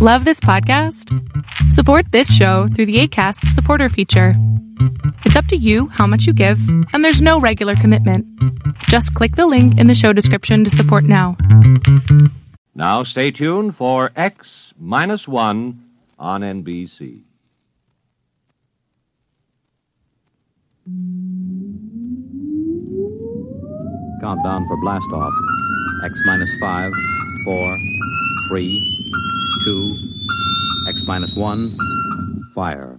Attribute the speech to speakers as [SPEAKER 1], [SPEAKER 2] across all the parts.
[SPEAKER 1] Love this podcast? Support this show through the ACAST supporter feature. It's up to you how much you give, and there's no regular commitment. Just click the link in the show description to support now.
[SPEAKER 2] Now stay tuned for X minus one on NBC.
[SPEAKER 3] Countdown for blast off. X minus five, four, three, two, X minus one, fire.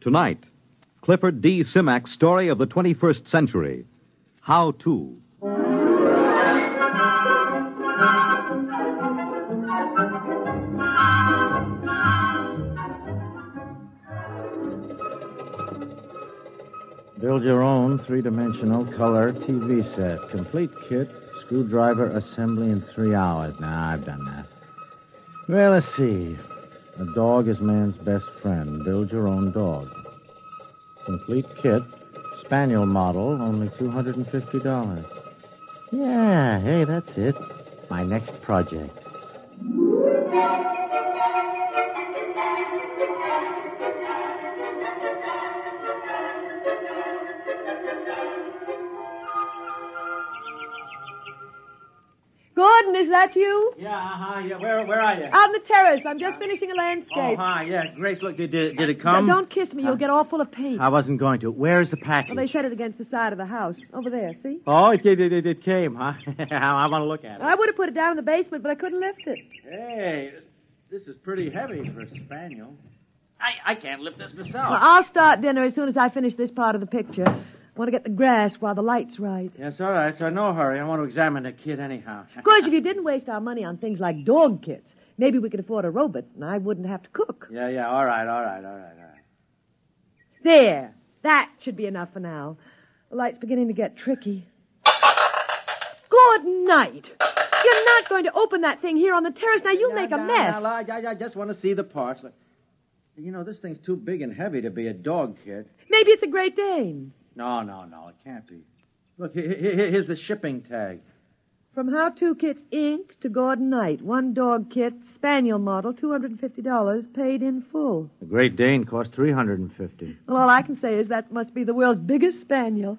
[SPEAKER 3] Tonight, Clifford D. Simak's story of the 21st century. How to.
[SPEAKER 4] Build your own three dimensional color TV set. Complete kit, screwdriver assembly in three hours. Now, I've done that. Well, let's see. A dog is man's best friend. Build your own dog. Complete kit, spaniel model, only $250. Yeah, hey, that's it. My next project.
[SPEAKER 5] Gordon, is that you?
[SPEAKER 4] Yeah, uh-huh, yeah. Where, where are you?
[SPEAKER 5] On the terrace. I'm just finishing a landscape.
[SPEAKER 4] Oh, hi, yeah. Grace, look, did, did, did it come?
[SPEAKER 5] Now, don't kiss me. You'll get all full of paint.
[SPEAKER 4] I wasn't going to. Where is the package?
[SPEAKER 5] Well, they set it against the side of the house. Over there, see?
[SPEAKER 4] Oh, it did, it, it, it came, huh? I want to look at it.
[SPEAKER 5] I would have put it down in the basement, but I couldn't lift it.
[SPEAKER 4] Hey, this, this is pretty heavy for a spaniel. I, I can't lift this myself.
[SPEAKER 5] Well, I'll start dinner as soon as I finish this part of the picture. I want to get the grass while the light's right.
[SPEAKER 4] Yes, all right, so no hurry. I want to examine the kid anyhow.
[SPEAKER 5] Of course, if you didn't waste our money on things like dog kits, maybe we could afford a robot and I wouldn't have to cook.
[SPEAKER 4] yeah, yeah, all right, all right, all right, all right.
[SPEAKER 5] There. That should be enough for now. The light's beginning to get tricky. Good night. You're not going to open that thing here on the terrace. Now you
[SPEAKER 4] Yeah,
[SPEAKER 5] make a
[SPEAKER 4] yeah,
[SPEAKER 5] mess.
[SPEAKER 4] yeah, yeah, yeah, I just want to see the parts. Look, You know, this thing's too big and heavy to be a dog kit.
[SPEAKER 5] Maybe it's a Great Dane.
[SPEAKER 4] No, no, no, it can't be. Look, he- he- he- here's the shipping tag.
[SPEAKER 5] From How To Kits Inc. to Gordon Knight, one dog kit, spaniel model, $250, paid in full.
[SPEAKER 4] The Great Dane cost three hundred and fifty.
[SPEAKER 5] Well, all I can say is that must be the world's biggest spaniel.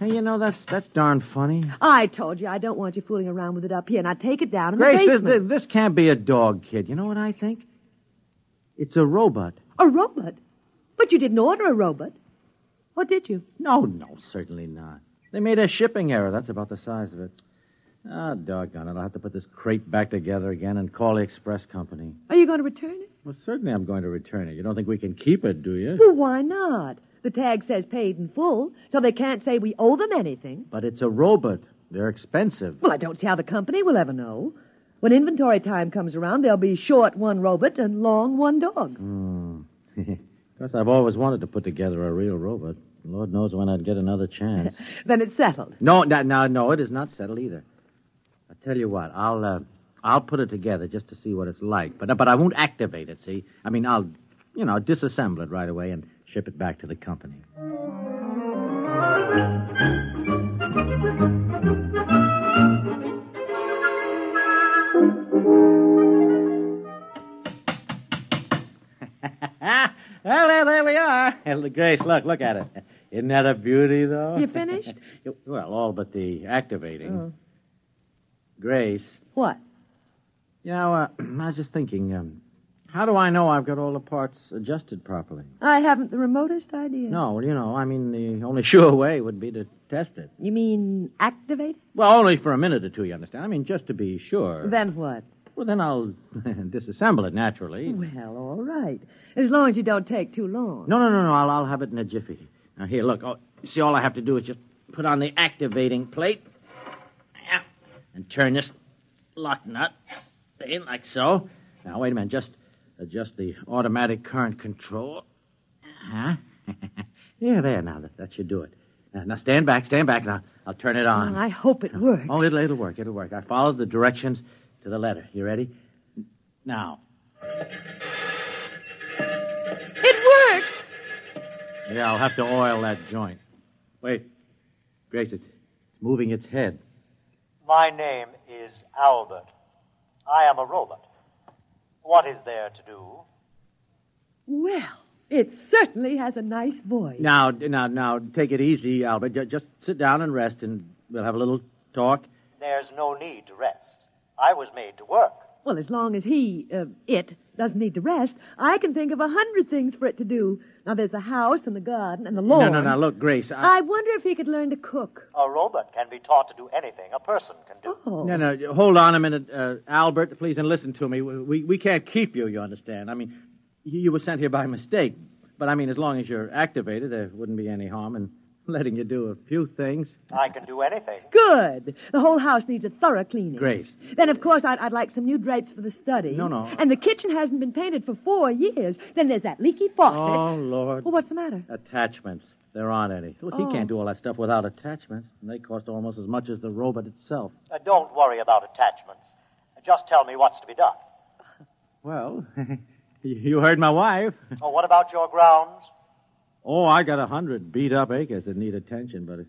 [SPEAKER 4] Hey, you know that's that's darn funny.
[SPEAKER 5] I told you I don't want you fooling around with it up here. Now take it down in
[SPEAKER 4] Grace,
[SPEAKER 5] the
[SPEAKER 4] this,
[SPEAKER 5] basement.
[SPEAKER 4] this, this can't be a dog kid. You know what I think? It's a robot.
[SPEAKER 5] A robot? But you didn't order a robot. Or did you?
[SPEAKER 4] No, no, certainly not. They made a shipping error. That's about the size of it. Ah, doggone it! I'll have to put this crate back together again and call the express company.
[SPEAKER 5] Are you going to return it?
[SPEAKER 4] Well, certainly I'm going to return it. You don't think we can keep it, do you?
[SPEAKER 5] Well, why not? The tag says paid in full, so they can't say we owe them anything.
[SPEAKER 4] But it's a robot. They're expensive.
[SPEAKER 5] Well, I don't see how the company will ever know. When inventory time comes around, they'll be short one robot and long one dog.
[SPEAKER 4] Because I've always wanted to put together a real robot. Lord knows when I'd get another chance.
[SPEAKER 5] Then it's settled.
[SPEAKER 4] no, no, no, no, it is not settled either. I tell you what, I'll uh, I'll put it together just to see what it's like. But but I won't activate it. See, I mean, I'll you know disassemble it right away and ship it back to the company. Ah, well, there, there we are. Hilda Grace, look, look at it. Isn't that a beauty, though?
[SPEAKER 5] You finished?
[SPEAKER 4] well, all but the activating. Grace,
[SPEAKER 5] What?
[SPEAKER 4] you know, uh, I was just thinking, um, How do I know I've got all the parts adjusted properly?
[SPEAKER 5] I haven't the remotest idea.
[SPEAKER 4] No, well, you know, I mean, the only sure way would be to test it.
[SPEAKER 5] You mean activate?
[SPEAKER 4] Well, only for a minute or two, you understand? I mean, just to be sure.
[SPEAKER 5] Then what?
[SPEAKER 4] Well, then I'll disassemble it naturally.
[SPEAKER 5] Well, all right. As long as you don't take too long.
[SPEAKER 4] No, no, no, no. I'll, I'll have it in a jiffy. Now, here, look. Oh, see, all I have to do is just put on the activating plate Yeah. and turn this lock nut in like so. Now, wait a minute. Just adjust the automatic current control. Huh? yeah, there. Now, that, that should do it. Now, now, stand back, stand back. Now, I'll turn it on.
[SPEAKER 5] I hope it works.
[SPEAKER 4] Oh, it'll, it'll work. It'll work. I followed the directions to the letter. You ready? Now.
[SPEAKER 5] It works!
[SPEAKER 4] Yeah, I'll have to oil that joint. Wait. Grace, it's moving its head.
[SPEAKER 6] My name is Albert. I am a robot. What is there to do?
[SPEAKER 5] Well, it certainly has a nice voice.
[SPEAKER 4] Now, now, now, take it easy, Albert. Ju- Just sit down and rest, and we'll have a little talk.
[SPEAKER 6] There's no need to rest. I was made to work.
[SPEAKER 5] Well, as long as he, uh, it, doesn't need to rest, I can think of a hundred things for it to do. Now, there's the house and the garden and the lawn.
[SPEAKER 4] No, no, no. Look, Grace. I...
[SPEAKER 5] I wonder if he could learn to cook.
[SPEAKER 6] A robot can be taught to do anything a person can do.
[SPEAKER 5] Oh.
[SPEAKER 4] No, no. Hold on a minute, uh, Albert. Please and listen to me. We, we we can't keep you. You understand? I mean, you, you were sent here by mistake. But I mean, as long as you're activated, there wouldn't be any harm in letting you do a few things.
[SPEAKER 6] I can do anything.
[SPEAKER 5] Good. The whole house needs a thorough cleaning.
[SPEAKER 4] Grace.
[SPEAKER 5] Then, of course, I'd, I'd like some new drapes for the study.
[SPEAKER 4] No, no.
[SPEAKER 5] And the kitchen hasn't been painted for four years. Then there's that leaky faucet.
[SPEAKER 4] Oh Lord.
[SPEAKER 5] Well, what's the matter?
[SPEAKER 4] Attachments. There aren't any. Look,
[SPEAKER 5] Oh.
[SPEAKER 4] he can't do all that stuff without attachments, and they cost almost as much as the robot itself.
[SPEAKER 6] Uh, don't worry about attachments. Just tell me what's to be done.
[SPEAKER 4] Well, you heard my wife.
[SPEAKER 6] Oh, what about your grounds?
[SPEAKER 4] Oh, I got a hundred beat up acres that need attention, but of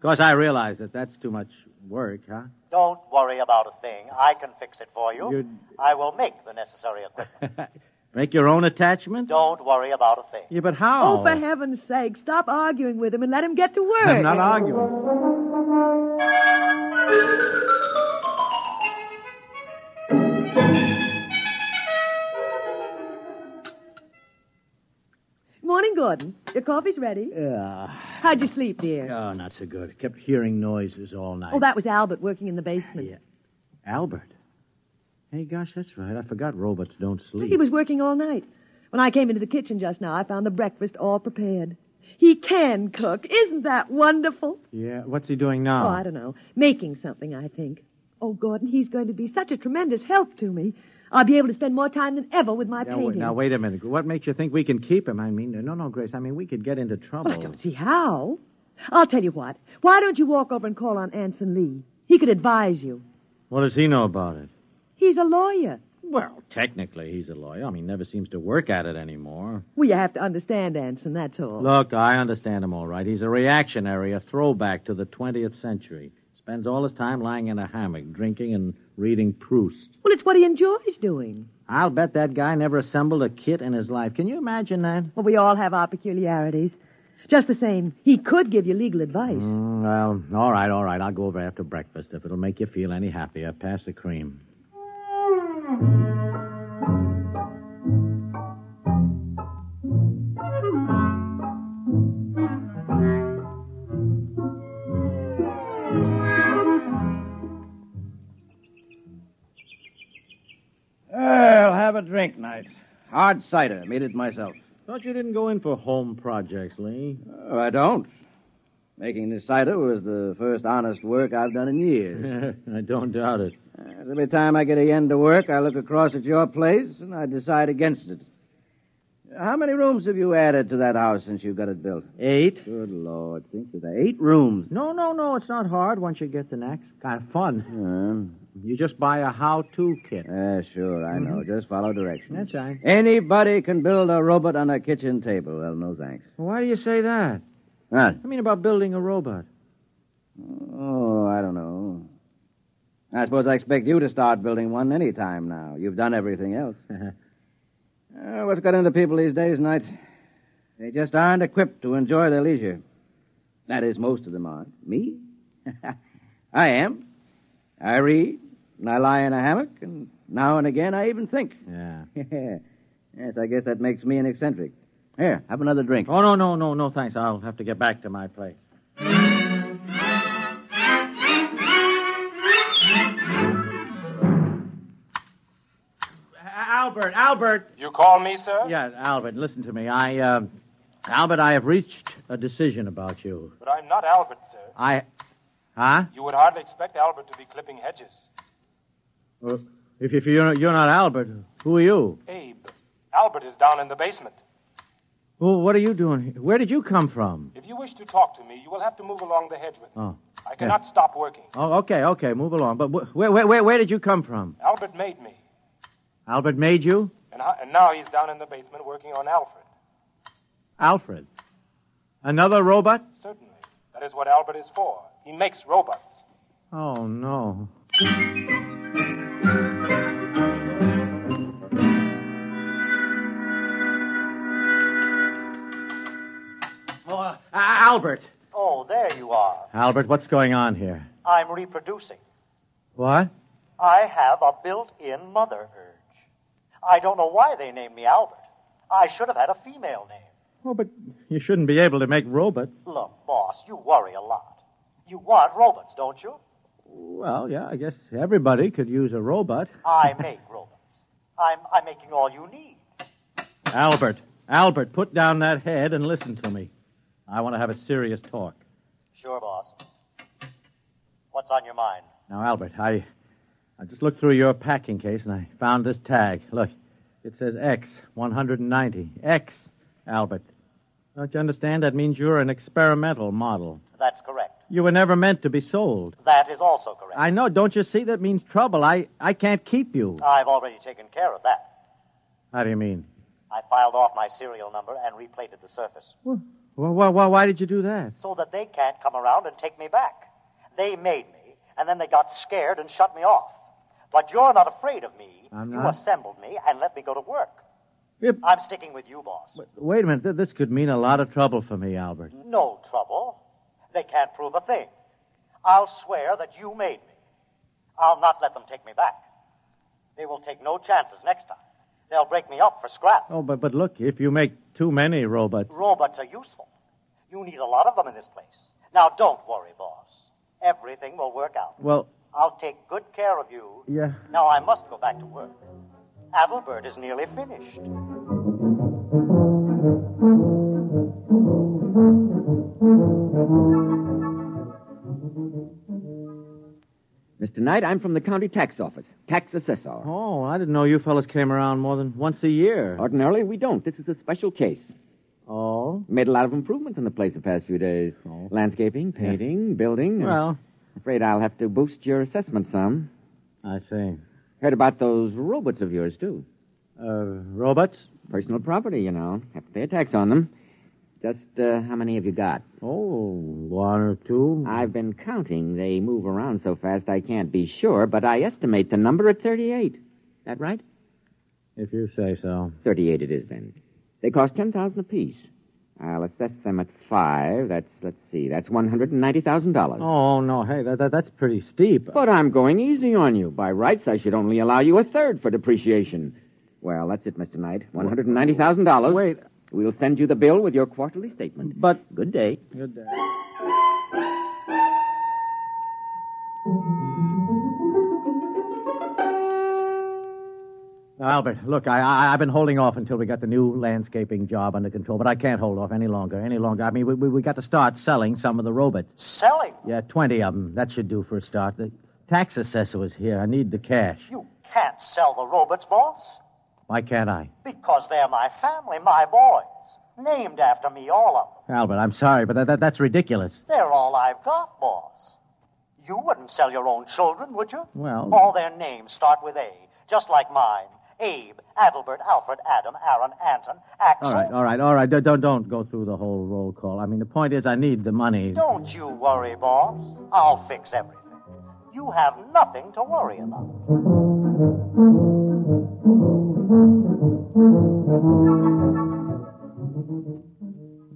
[SPEAKER 4] course I realize that that's too much work, huh?
[SPEAKER 6] Don't worry about a thing. I can fix it for you.
[SPEAKER 4] You'd-
[SPEAKER 6] I will make the necessary equipment.
[SPEAKER 4] Make your own attachment?
[SPEAKER 6] don't worry about a thing.
[SPEAKER 4] Yeah, but how?
[SPEAKER 5] Oh, for heaven's sake, stop arguing with him and let him get to work.
[SPEAKER 4] I'm not arguing.
[SPEAKER 5] Morning, Gordon. Your coffee's ready.
[SPEAKER 4] Yeah.
[SPEAKER 5] How'd you sleep, dear?
[SPEAKER 4] Oh, not so good. Kept hearing noises all night.
[SPEAKER 5] Oh, that was Albert working in the basement.
[SPEAKER 4] Yeah. Albert. Hey, gosh, that's right. I forgot robots don't sleep.
[SPEAKER 5] He was working all night. When I came into the kitchen just now, I found the breakfast all prepared. He can cook. Isn't that wonderful?
[SPEAKER 4] Yeah, what's he doing now?
[SPEAKER 5] Oh, I don't know. Making something, I think. Oh, Gordon, he's going to be such a tremendous help to me. I'll be able to spend more time than ever with my
[SPEAKER 4] Now, wait,
[SPEAKER 5] painting.
[SPEAKER 4] now, wait a minute. What makes you think we can keep him? I mean, no, no, Grace. I mean, we could get into trouble.
[SPEAKER 5] Well, I don't see how. I'll tell you what. Why don't you walk over and call on Anson Lee? He could advise you.
[SPEAKER 4] What does he know about it?
[SPEAKER 5] He's a lawyer.
[SPEAKER 4] Well, technically, he's a lawyer. I mean, never seems to work at it anymore.
[SPEAKER 5] Well, you have to understand Anson, that's all.
[SPEAKER 4] Look, I understand him all right. He's a reactionary, a throwback to the 20th century. Spends all his time lying in a hammock, drinking and reading Proust.
[SPEAKER 5] Well, it's what he enjoys doing.
[SPEAKER 4] I'll bet that guy never assembled a kit in his life. Can you imagine that?
[SPEAKER 5] Well, we all have our peculiarities. Just the same, he could give you legal advice.
[SPEAKER 4] Mm, well, all right, all right. I'll go over after breakfast if it'll make you feel any happier. Pass the cream.
[SPEAKER 7] Well, have a drink, Knight. Hard cider. Made it myself.
[SPEAKER 4] Thought you didn't go in for home projects, Lee.
[SPEAKER 7] Oh, I don't. Making this cider was the first honest work I've done in years.
[SPEAKER 4] I don't doubt it.
[SPEAKER 7] Uh, Every time I get a yen to work, I look across at your place and I decide against it. How many rooms have you added to that house since you got it built?
[SPEAKER 4] Eight?
[SPEAKER 7] Good Lord, think of that. Eight rooms.
[SPEAKER 4] No, no, no. It's not hard once you get the knack. It's kind of fun.
[SPEAKER 7] Uh,
[SPEAKER 4] You just buy a how-to kit. Mm-hmm.
[SPEAKER 7] uh, sure, I know. Just follow directions.
[SPEAKER 4] That's right.
[SPEAKER 7] Anybody can build a robot on a kitchen table. Well, no thanks.
[SPEAKER 4] Why do you say that?
[SPEAKER 7] What?
[SPEAKER 4] I mean about building a robot.
[SPEAKER 7] Oh, I don't know. I suppose I expect you to start building one any time now. You've done everything else. Uh, what's got into people these days, Knight? They just aren't equipped to enjoy their leisure. That is, most of them aren't. Me? I am. I read, and I lie in a hammock, and Now and again, I even think.
[SPEAKER 4] Yeah.
[SPEAKER 7] yes, I guess that makes me an eccentric. Here, have another drink.
[SPEAKER 4] Oh, no, no, no, no, thanks. I'll have to get back to my place. Albert, Albert.
[SPEAKER 8] You call me, sir?
[SPEAKER 4] Yes, Albert, listen to me. I, uh, Albert, I have reached a decision about you.
[SPEAKER 8] But I'm not Albert, sir.
[SPEAKER 4] I, huh?
[SPEAKER 8] You would hardly expect Albert to be clipping hedges.
[SPEAKER 4] Well, If, if you're, you're not Albert, who are you?
[SPEAKER 8] Abe, Albert is down in the basement.
[SPEAKER 4] Well, what are you doing here? Where did you come from?
[SPEAKER 8] If you wish to talk to me, you will have to move along the hedge with me.
[SPEAKER 4] Oh.
[SPEAKER 8] I cannot stop working.
[SPEAKER 4] Oh, okay, okay, move along. But wh- where, where, where, where did you come from?
[SPEAKER 8] Albert made me,
[SPEAKER 4] Albert made you?
[SPEAKER 8] and, ho- and now he's down in the basement working on Alfred.
[SPEAKER 4] Alfred. Another robot?
[SPEAKER 8] Certainly. That is what Albert is for. He makes robots.
[SPEAKER 4] Oh, no. Oh, uh, Albert.
[SPEAKER 6] Oh, there you are.
[SPEAKER 4] Albert, what's going on here?
[SPEAKER 6] I'm reproducing.
[SPEAKER 4] What?
[SPEAKER 6] I have a built-in mother urge. I don't know why they named me Albert. I should have had a female name.
[SPEAKER 4] Oh, but you shouldn't be able to make robots.
[SPEAKER 6] Look, boss, you worry a lot. You want robots, don't you?
[SPEAKER 4] Well, yeah, I guess everybody could use a robot.
[SPEAKER 6] I make robots. I'm, I'm making all you need.
[SPEAKER 4] Albert, Albert, put down that head and listen to me. I want to have a serious talk.
[SPEAKER 6] Sure, boss. What's on your mind?
[SPEAKER 4] Now, Albert, I, I just looked through your packing case and I found this tag. Look, it says X 190. X, Albert. Don't you understand? That means you're an experimental model.
[SPEAKER 6] That's correct.
[SPEAKER 4] You were never meant to be sold.
[SPEAKER 6] That is also correct.
[SPEAKER 4] I know. Don't you see? That means trouble. I, I can't keep you.
[SPEAKER 6] I've already taken care of that.
[SPEAKER 4] How do you mean?
[SPEAKER 6] I filed off my serial number and replated the surface
[SPEAKER 4] Well, well, well why did you do that?
[SPEAKER 6] so that they can't come around and take me back. They made me, and then they got scared and shut me off. But you're not afraid of me.
[SPEAKER 4] I'm
[SPEAKER 6] you
[SPEAKER 4] not.
[SPEAKER 6] assembled me and let me go to work.
[SPEAKER 4] Yep.
[SPEAKER 6] I'm sticking with you, boss.
[SPEAKER 4] Wait a minute. Th- This could mean a lot of trouble for me, Albert.
[SPEAKER 6] No trouble. They can't prove a thing. I'll swear that you made me. I'll not let them take me back. They will take no chances next time. They'll break me up for scrap.
[SPEAKER 4] Oh, but, but look, if you make too many robots.
[SPEAKER 6] Robots are useful. You need a lot of them in this place. Now, don't worry, boss. Everything will work out.
[SPEAKER 4] Well,
[SPEAKER 6] I'll take good care of you.
[SPEAKER 4] yeah.
[SPEAKER 6] Now I must go back to work. Adelbert is nearly finished.
[SPEAKER 9] Mr. Knight, I'm from the county tax office, tax assessor.
[SPEAKER 4] Oh, I didn't know you fellas came around more than once a year.
[SPEAKER 9] Ordinarily, we don't. This is a special case.
[SPEAKER 4] Oh?
[SPEAKER 9] Made a lot of improvements in the place the past few days
[SPEAKER 4] Oh.
[SPEAKER 9] landscaping, painting, building. and
[SPEAKER 4] Well,
[SPEAKER 9] afraid I'll have to boost your assessment some.
[SPEAKER 4] I see.
[SPEAKER 9] Heard about those robots of yours, too.
[SPEAKER 4] Uh, robots?
[SPEAKER 9] Personal property, you know. Have to pay a tax on them. Just uh, how many have you got?
[SPEAKER 4] Oh, one or two.
[SPEAKER 9] I've been counting. They move around so fast I can't be sure, but I estimate the number at 38. That right?
[SPEAKER 4] If you say so.
[SPEAKER 9] 38 it is then. They cost 10,000 apiece. I'll assess them at 5. That's let's see. That's $190,000.
[SPEAKER 4] Oh, no. Hey, that, that, that's pretty steep.
[SPEAKER 9] But I'm going easy on you. By rights, I should only allow you a third for depreciation. Well, that's it, Mr. Knight. $190,000.
[SPEAKER 4] Wait.
[SPEAKER 9] We'll send you the bill with your quarterly statement.
[SPEAKER 4] But.
[SPEAKER 9] Good day.
[SPEAKER 4] Good day. Now, Albert, look, I, I, I've been holding off until we got the new landscaping job under control, but I can't hold off any longer, any longer. I mean, we, we, we got to start selling some of the robots.
[SPEAKER 6] Selling?
[SPEAKER 4] Yeah, 20 of them. That should do for a start. The tax assessor was here. I need the cash.
[SPEAKER 6] You can't sell the robots, boss,
[SPEAKER 4] Why can't I?
[SPEAKER 6] because they're my family, my boys. Named after me, all of them.
[SPEAKER 4] Albert, I'm sorry, but that, that, that's ridiculous.
[SPEAKER 6] They're all I've got, boss. You wouldn't sell your own children, would you?
[SPEAKER 4] Well-
[SPEAKER 6] All their names start with A, just like mine. Abe, Adelbert, Alfred, Adam, Aaron, Anton, Axel.
[SPEAKER 4] All right, all right, all right. Don't, don't, don't go through the whole roll call. I mean, the point is, I need the money.
[SPEAKER 6] Don't you worry, boss. I'll fix everything. You have nothing to worry about.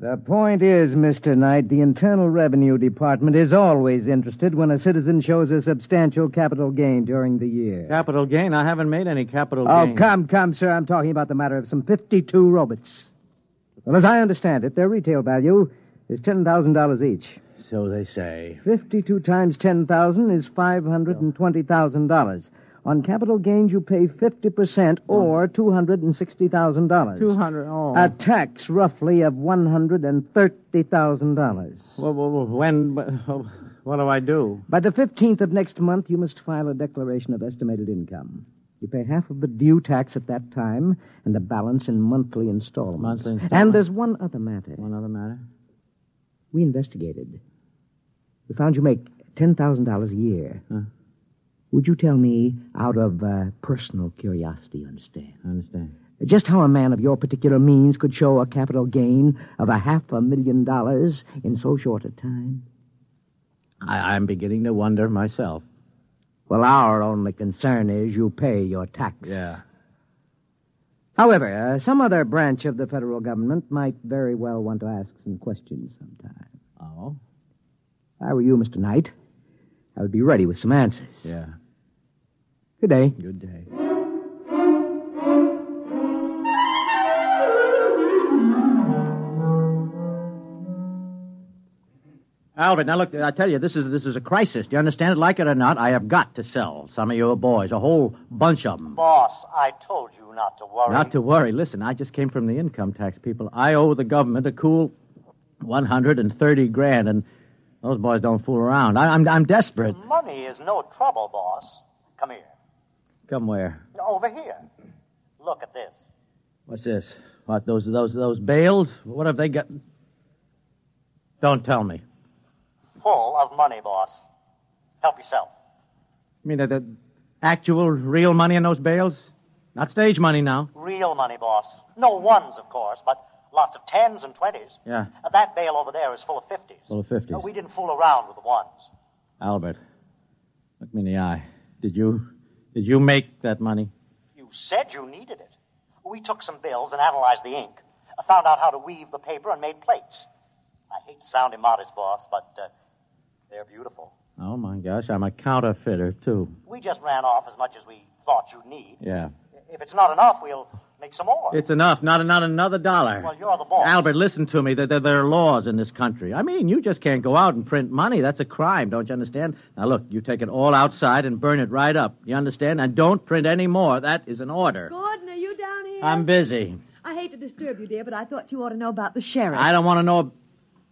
[SPEAKER 10] The point is, Mr. Knight, the Internal Revenue Department is always interested when a citizen shows a substantial capital gain during the year.
[SPEAKER 4] Capital gain? I haven't made any capital
[SPEAKER 10] Oh,
[SPEAKER 4] gain.
[SPEAKER 10] come, come, sir. I'm talking about the matter of some 52 robots. Well, as I understand it, their retail value is $10,000 each.
[SPEAKER 4] So they say.
[SPEAKER 10] 52 times 10,000 is $520,000. On capital gains, you pay 50% or $260,000.
[SPEAKER 4] 200, oh.
[SPEAKER 10] A tax roughly of $130,000.
[SPEAKER 4] Well, well, well, when, what do I do?
[SPEAKER 10] By the 15th of next month, you must file a declaration of estimated income. You pay half of the due tax at that time and the balance in monthly installments.
[SPEAKER 4] Monthly
[SPEAKER 10] And
[SPEAKER 4] installments.
[SPEAKER 10] there's one other matter. One
[SPEAKER 4] other matter?
[SPEAKER 10] We investigated. We found you make $10,000 a year. Would you tell me, out of uh, personal curiosity, you understand,
[SPEAKER 4] I understand.
[SPEAKER 10] just how a man of your particular means could show a capital gain of a half a million dollars in so short a time?
[SPEAKER 4] I, I'm beginning to wonder myself.
[SPEAKER 10] Well, our only concern is you pay your tax.
[SPEAKER 4] Yeah.
[SPEAKER 10] However, uh, some other branch of the federal government might very well want to ask some questions sometime.
[SPEAKER 4] Oh?
[SPEAKER 10] If I were you, Mr. Knight, I would be ready with some answers.
[SPEAKER 4] Yeah.
[SPEAKER 10] Good day.
[SPEAKER 4] Good day.
[SPEAKER 11] Albert, now look, I tell you, this is this is a crisis. Do you understand it? Like it or not, I have got to sell some of your boys, a whole bunch of them.
[SPEAKER 6] Boss, I told you not to worry.
[SPEAKER 4] Not to worry. Listen, I just came from the income tax people. I owe the government a cool 130 grand, and those boys don't fool around. I, I'm, I'm desperate.
[SPEAKER 6] Money is no trouble, boss. Come here.
[SPEAKER 4] Come where?
[SPEAKER 6] Over here. Look at this.
[SPEAKER 4] What's this? What, those, those, those bales? What have they got? Don't tell me.
[SPEAKER 6] Full of money, boss. Help yourself.
[SPEAKER 4] You mean that, that actual, real money in those bales? Not stage money now.
[SPEAKER 6] Real money, boss. No ones, of course, but lots of tens and twenties.
[SPEAKER 4] Yeah.
[SPEAKER 6] Uh, That bale over there is full of fifties.
[SPEAKER 4] Full of 50s.
[SPEAKER 6] No, we didn't fool around with the ones.
[SPEAKER 4] Albert, look me in the eye. Did you, did you make that money?
[SPEAKER 6] You said you needed it. We took some bills and analyzed the ink, uh, found out how to weave the paper, and made plates. I hate to sound immodest, boss, but uh, they're beautiful.
[SPEAKER 4] Oh my gosh, I'm a counterfeiter too.
[SPEAKER 6] We just ran off as much as we thought you'd need.
[SPEAKER 4] Yeah.
[SPEAKER 6] If it's not enough, we'll make some more.
[SPEAKER 4] It's enough. Not, not another dollar.
[SPEAKER 6] Well, you're the boss.
[SPEAKER 4] Albert, listen to me. There, there, there are laws in this country. I mean, you just can't go out and print money. That's a crime, don't you understand? Now, look, you take it all outside and burn it right up. You understand? And don't print any more. That is an order.
[SPEAKER 5] Gordon, are you down here?
[SPEAKER 4] I'm busy.
[SPEAKER 5] I hate to disturb you, dear, but I thought you ought to know about the sheriff.
[SPEAKER 4] I don't want to know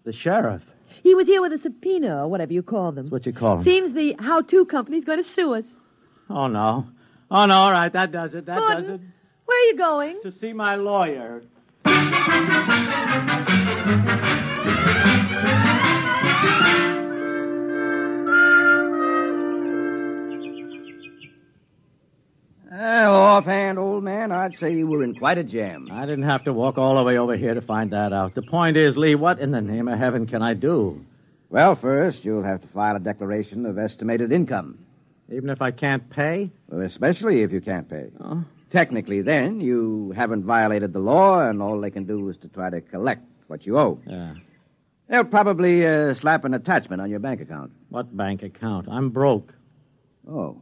[SPEAKER 4] the sheriff.
[SPEAKER 5] He was here with a subpoena, or whatever you call them.
[SPEAKER 4] What you call him?
[SPEAKER 5] Seems the How To Company's going to sue us.
[SPEAKER 4] Oh, no. Oh, no. All right. That does it. That
[SPEAKER 5] Gordon,
[SPEAKER 4] does it.
[SPEAKER 5] Where are you going?
[SPEAKER 4] To see my lawyer.
[SPEAKER 7] Well, offhand, old man, I'd say you were in quite a jam.
[SPEAKER 4] I didn't have to walk all the way over here to find that out. The point is, Lee, what in the name of heaven can I do?
[SPEAKER 7] Well, first, you'll have to file a declaration of estimated income,
[SPEAKER 4] Even if I can't pay?
[SPEAKER 7] especially if you can't pay.
[SPEAKER 4] Oh.
[SPEAKER 7] Technically, then, you haven't violated the law, and all they can do is to try to collect what you owe.
[SPEAKER 4] Yeah.
[SPEAKER 7] They'll probably uh, slap an attachment on your bank account.
[SPEAKER 4] What bank account? I'm broke.
[SPEAKER 7] Oh.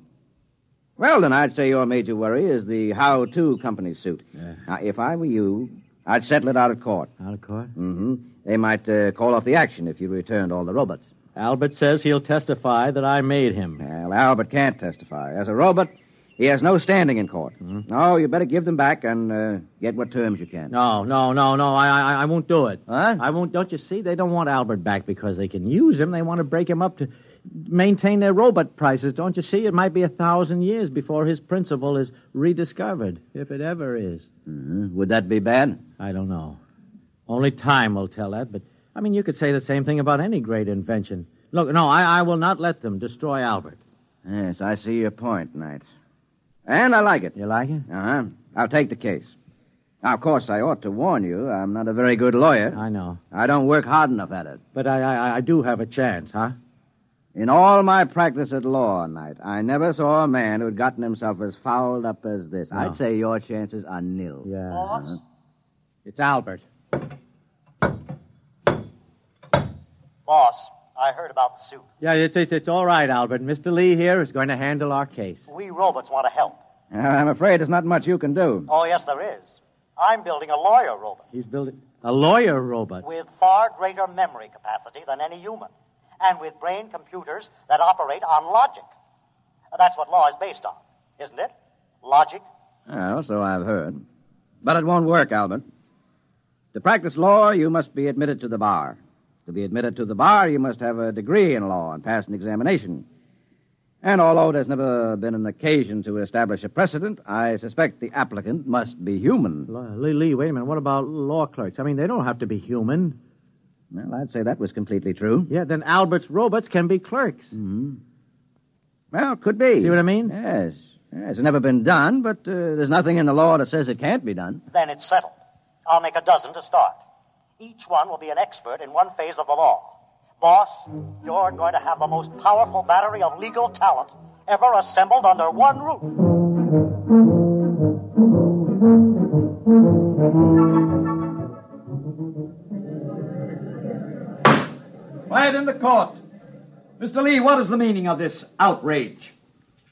[SPEAKER 7] Well, then I'd say your major worry is the How To Company suit.
[SPEAKER 4] Yeah.
[SPEAKER 7] Now, if I were you, I'd settle it out of court.
[SPEAKER 4] Out of court?
[SPEAKER 7] Mm-hmm. They might uh, call off the action if you returned all the robots.
[SPEAKER 4] Albert says he'll testify that I made him.
[SPEAKER 7] Well, Albert can't testify. As a robot, he has no standing in court.
[SPEAKER 4] Mm-hmm.
[SPEAKER 7] No, you better give them back and uh, get what terms you can.
[SPEAKER 4] No, no, no, no. I, I, I won't do it.
[SPEAKER 7] Huh?
[SPEAKER 4] I won't. Don't you see? They don't want Albert back because they can use him. They want to break him up to maintain their robot prices. Don't you see? It might be a thousand years before his principle is rediscovered, if it ever is.
[SPEAKER 7] Mhm. Would that be bad?
[SPEAKER 4] I don't know. Only time will tell that, but I mean, you could say the same thing about any great invention. Look, no, I, I will not let them destroy Albert.
[SPEAKER 7] Yes, I see your point, Knight. And I like it.
[SPEAKER 4] You like it?
[SPEAKER 7] Uh-huh. I'll take the case. Now, of course, I ought to warn you, I'm not a very good lawyer.
[SPEAKER 4] I know.
[SPEAKER 7] I don't work hard enough at it.
[SPEAKER 4] But I, I, I do have a chance, huh?
[SPEAKER 7] In all my practice at law, Knight, I never saw a man who'd gotten himself as fouled up as this.
[SPEAKER 4] No.
[SPEAKER 7] I'd say Uh-huh. your chances are nil.
[SPEAKER 4] Yeah.
[SPEAKER 6] Boss?
[SPEAKER 4] It's Albert.
[SPEAKER 6] Boss, I heard about the suit.
[SPEAKER 4] Yeah, it's, it's, it's all right, Albert. Mr. Lee here is going to handle our case.
[SPEAKER 6] We robots want to help.
[SPEAKER 7] Uh, I'm afraid there's not much you can do.
[SPEAKER 6] Oh, yes, there is. I'm building a lawyer robot
[SPEAKER 4] He's building a lawyer robot.
[SPEAKER 6] with far greater memory capacity than any human, and with brain computers that operate on logic. That's what law is based on, isn't it? Logic.
[SPEAKER 7] Well, so I've heard. But it won't work, Albert. To practice law, you must be admitted to the bar. To be admitted to the bar, you must have a degree in law and pass an examination. And although there's never been an occasion to establish a precedent, I suspect the applicant must be human.
[SPEAKER 4] Lee, Lee, wait a minute. What about law clerks? I mean, they don't have to be human.
[SPEAKER 7] Well, I'd say that was completely true. Mm-hmm.
[SPEAKER 4] Yeah, then Albert's robots can be clerks.
[SPEAKER 7] Well, could be.
[SPEAKER 4] See what I mean?
[SPEAKER 7] Yes. yes. It's never been done, but uh, there's nothing in the law that says it can't be done.
[SPEAKER 6] Then it's settled. I'll make a dozen to start. Each one will be an expert in one phase of the law. Boss, you're going to have the most powerful battery of legal talent ever assembled under one roof.
[SPEAKER 12] Quiet in the court. Mr. Lee, what is the meaning of this outrage?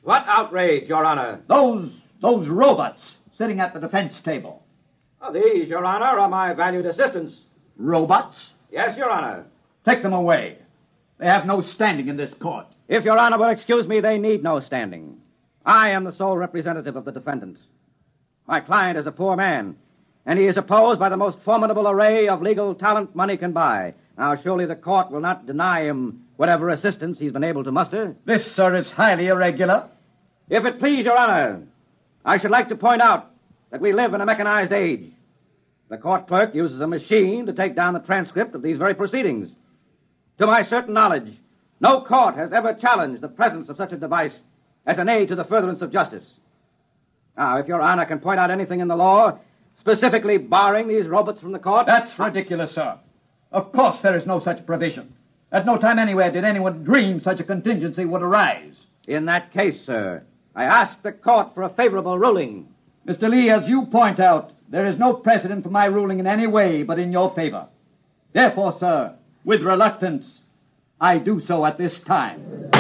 [SPEAKER 12] What outrage, Your Honor? Those those robots sitting at the defense table.
[SPEAKER 13] Oh, These, Your Honor, are my valued assistants.
[SPEAKER 12] Robots?
[SPEAKER 13] Yes, Your Honor.
[SPEAKER 12] Take them away. They have no standing in this court.
[SPEAKER 7] If Your Honor will excuse me, they need no standing. I am the sole representative of the defendant. My client is a poor man, and he is opposed by the most formidable array of legal talent money can buy. Now, surely the court will not deny him whatever assistance he's been able to muster.
[SPEAKER 12] This, sir, is highly irregular.
[SPEAKER 7] If it please Your Honor, I should like to point out that we live in a mechanized age. The court clerk uses a machine to take down the transcript of these very proceedings. To my certain knowledge, no court has ever challenged the presence of such a device as an aid to the furtherance of justice. Now, if Your Honor can point out anything in the law specifically barring these robots from the court.
[SPEAKER 12] That's ridiculous, sir. Of course, there is no such provision. At no time anywhere did anyone dream such a contingency would arise.
[SPEAKER 7] In that case, sir, I ask the court for a favorable ruling.
[SPEAKER 12] Mr. Lee, as you point out, there is no precedent for my ruling in any way but in your favor. Therefore, sir, with reluctance, I do so at this time.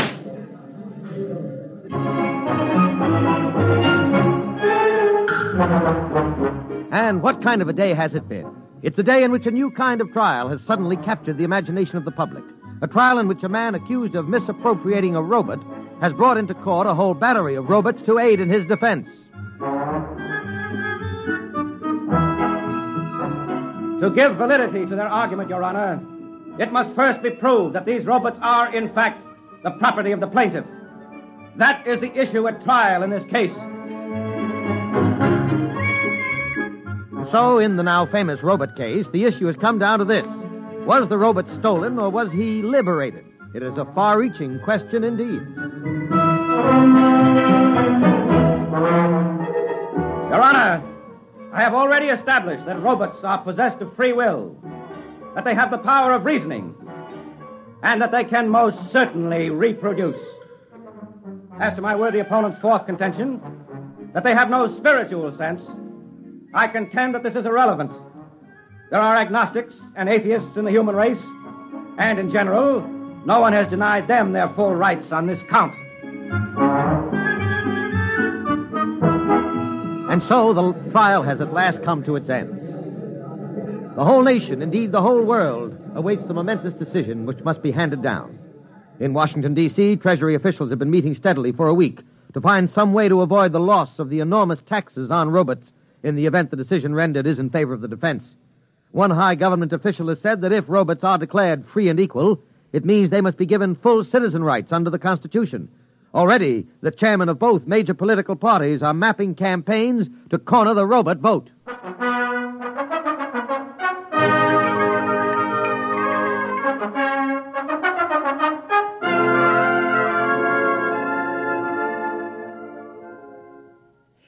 [SPEAKER 14] And what kind of a day has it been? It's a day in which a new kind of trial has suddenly captured the imagination of the public. A trial in which a man accused of misappropriating a robot has brought into court a whole battery of robots to aid in his defense.
[SPEAKER 15] To give validity to their argument, Your Honor, it must first be proved that these robots are, in fact, the property of the plaintiff. That is the issue at trial in this case.
[SPEAKER 14] So, in the now famous robot case, the issue has come down to this Was the robot stolen or was he liberated? It is a far reaching question indeed.
[SPEAKER 15] Your Honor, I have already established that robots are possessed of free will, that they have the power of reasoning, and that they can most certainly reproduce. As to my worthy opponent's fourth contention, that they have no spiritual sense, I contend that this is irrelevant. There are agnostics and atheists in the human race, and in general, no one has denied them their full rights on this count.
[SPEAKER 14] And so the trial has at last come to its end. The whole nation, indeed the whole world, awaits the momentous decision which must be handed down. In Washington, D.C., Treasury officials have been meeting steadily for a week to find some way to avoid the loss of the enormous taxes on robots in the event the decision rendered is in favor of the defense. One high government official has said that if robots are declared free and equal, it means they must be given full citizen rights under the Constitution. Already, the chairman of both major political parties are mapping campaigns to corner the robot vote.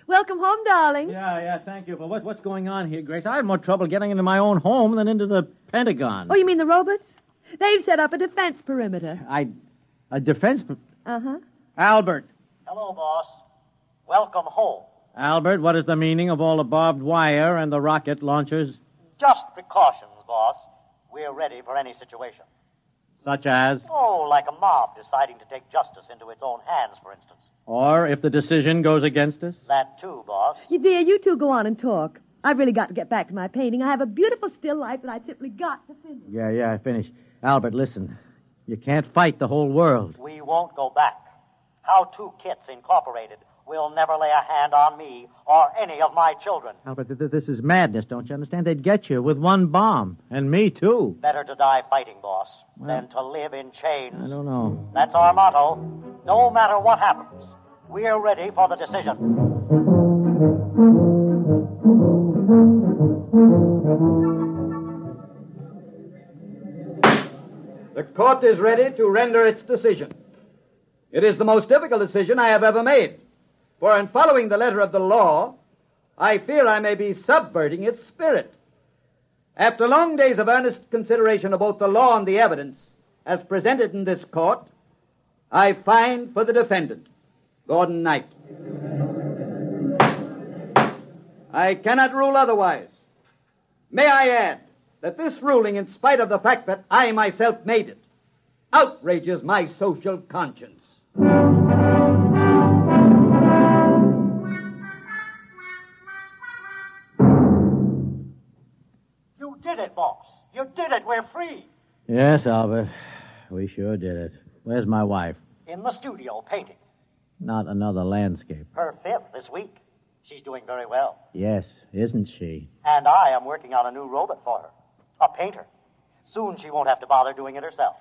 [SPEAKER 16] Welcome home, darling.
[SPEAKER 4] Yeah, yeah, thank you. But what, what's going on here, Grace? I have more trouble getting into my own home than into the Pentagon.
[SPEAKER 16] Oh, you mean the robots? They've set up a defense perimeter.
[SPEAKER 4] I. A defense. p-
[SPEAKER 16] Uh
[SPEAKER 5] Uh-huh.
[SPEAKER 16] huh.
[SPEAKER 4] Albert.
[SPEAKER 6] Hello, boss. Welcome home.
[SPEAKER 4] Albert, what is the meaning of all the barbed wire and the rocket launchers?
[SPEAKER 6] Just precautions, boss. We're ready for any situation.
[SPEAKER 11] Such as?
[SPEAKER 6] Oh, like a mob deciding to take justice into its own hands, for instance.
[SPEAKER 11] Or if the decision goes against us?
[SPEAKER 6] That too, boss.
[SPEAKER 5] You dear, you two go on and talk. I've really got to get back to my painting. I have a beautiful still life that I simply got to finish.
[SPEAKER 4] Yeah, yeah, I finished. Albert, listen. You can't fight the whole world.
[SPEAKER 6] We won't go back. How Two Kits Incorporated will never lay a hand on me or any of my children.
[SPEAKER 11] Albert, th- th- this is madness, don't you understand? They'd get you with one bomb. And me, too.
[SPEAKER 6] Better to die fighting, boss, than to live in chains.
[SPEAKER 11] I don't know.
[SPEAKER 6] That's our motto. No matter what happens, we're ready for the decision.
[SPEAKER 12] The court is ready to render its decision. It is the most difficult decision I have ever made, for in following the letter of the law, I fear I may be subverting its spirit. After long days of earnest consideration of both the law and the evidence as presented in this court, I find for the defendant, Gordon Knight. I cannot rule otherwise. May I add that this ruling, in spite of the fact that I myself made it, outrages my social conscience.
[SPEAKER 6] You did it, boss. You did it. We're free.
[SPEAKER 4] Yes, Albert. We sure did it. Where's my wife?
[SPEAKER 6] In the studio, painting.
[SPEAKER 4] Not another landscape.
[SPEAKER 6] Her fifth this week. She's doing very well.
[SPEAKER 4] Yes, isn't she?
[SPEAKER 6] And I am working on a new robot for her. A painter. Soon she won't have to bother doing it herself.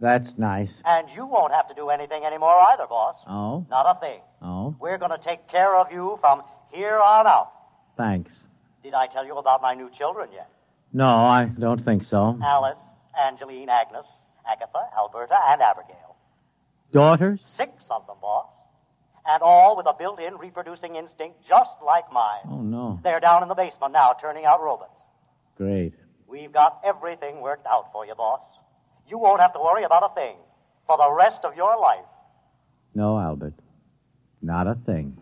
[SPEAKER 4] That's nice.
[SPEAKER 6] And you won't have to do anything anymore either, boss.
[SPEAKER 4] Oh?
[SPEAKER 6] Not a thing.
[SPEAKER 4] Oh?
[SPEAKER 6] We're going to take care of you from here on out.
[SPEAKER 4] Thanks.
[SPEAKER 6] Did I tell you about my new children yet?
[SPEAKER 4] No, I don't think so.
[SPEAKER 6] Alice, Angeline, Agnes, Agatha, Alberta, and Abigail.
[SPEAKER 4] Daughters?
[SPEAKER 6] Six of them, boss. And all with a built in reproducing instinct just like mine.
[SPEAKER 4] Oh, no.
[SPEAKER 6] They're down in the basement now, turning out robots.
[SPEAKER 4] Great.
[SPEAKER 6] We've got everything worked out for you, boss. You won't have to worry about a thing for the rest of your life.
[SPEAKER 4] No, Albert. Not a thing.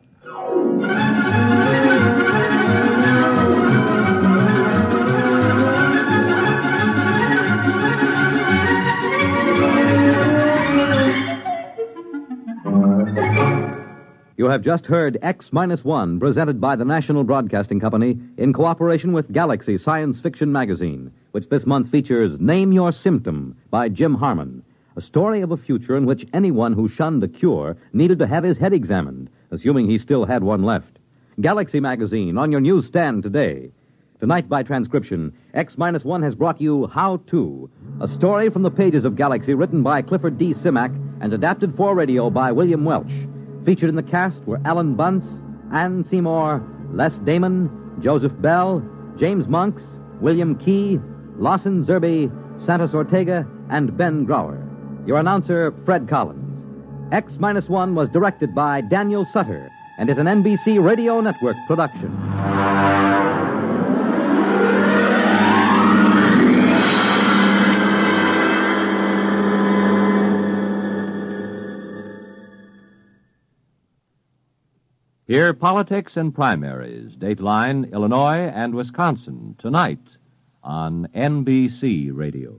[SPEAKER 3] You have just heard X Minus One, presented by the National Broadcasting Company in cooperation with Galaxy Science Fiction Magazine, which this month features Name Your Symptom by Jim Harmon, a story of a future in which anyone who shunned a cure needed to have his head examined, assuming he still had one left. Galaxy Magazine on your newsstand today. Tonight, by transcription, X Minus One has brought you How To, a story from the pages of Galaxy written by Clifford D. Simak and adapted for radio by William Welch. Featured in the cast were Alan Bunce, Ann Seymour, Les Damon, Joseph Bell, James Monks, William Key, Lawson Zerby, Santos Ortega, and Ben Grower. Your announcer, Fred Collins. X 1 was directed by Daniel Sutter and is an NBC Radio Network production.
[SPEAKER 2] Hear politics and primaries, Dateline, Illinois, and Wisconsin, tonight on NBC Radio.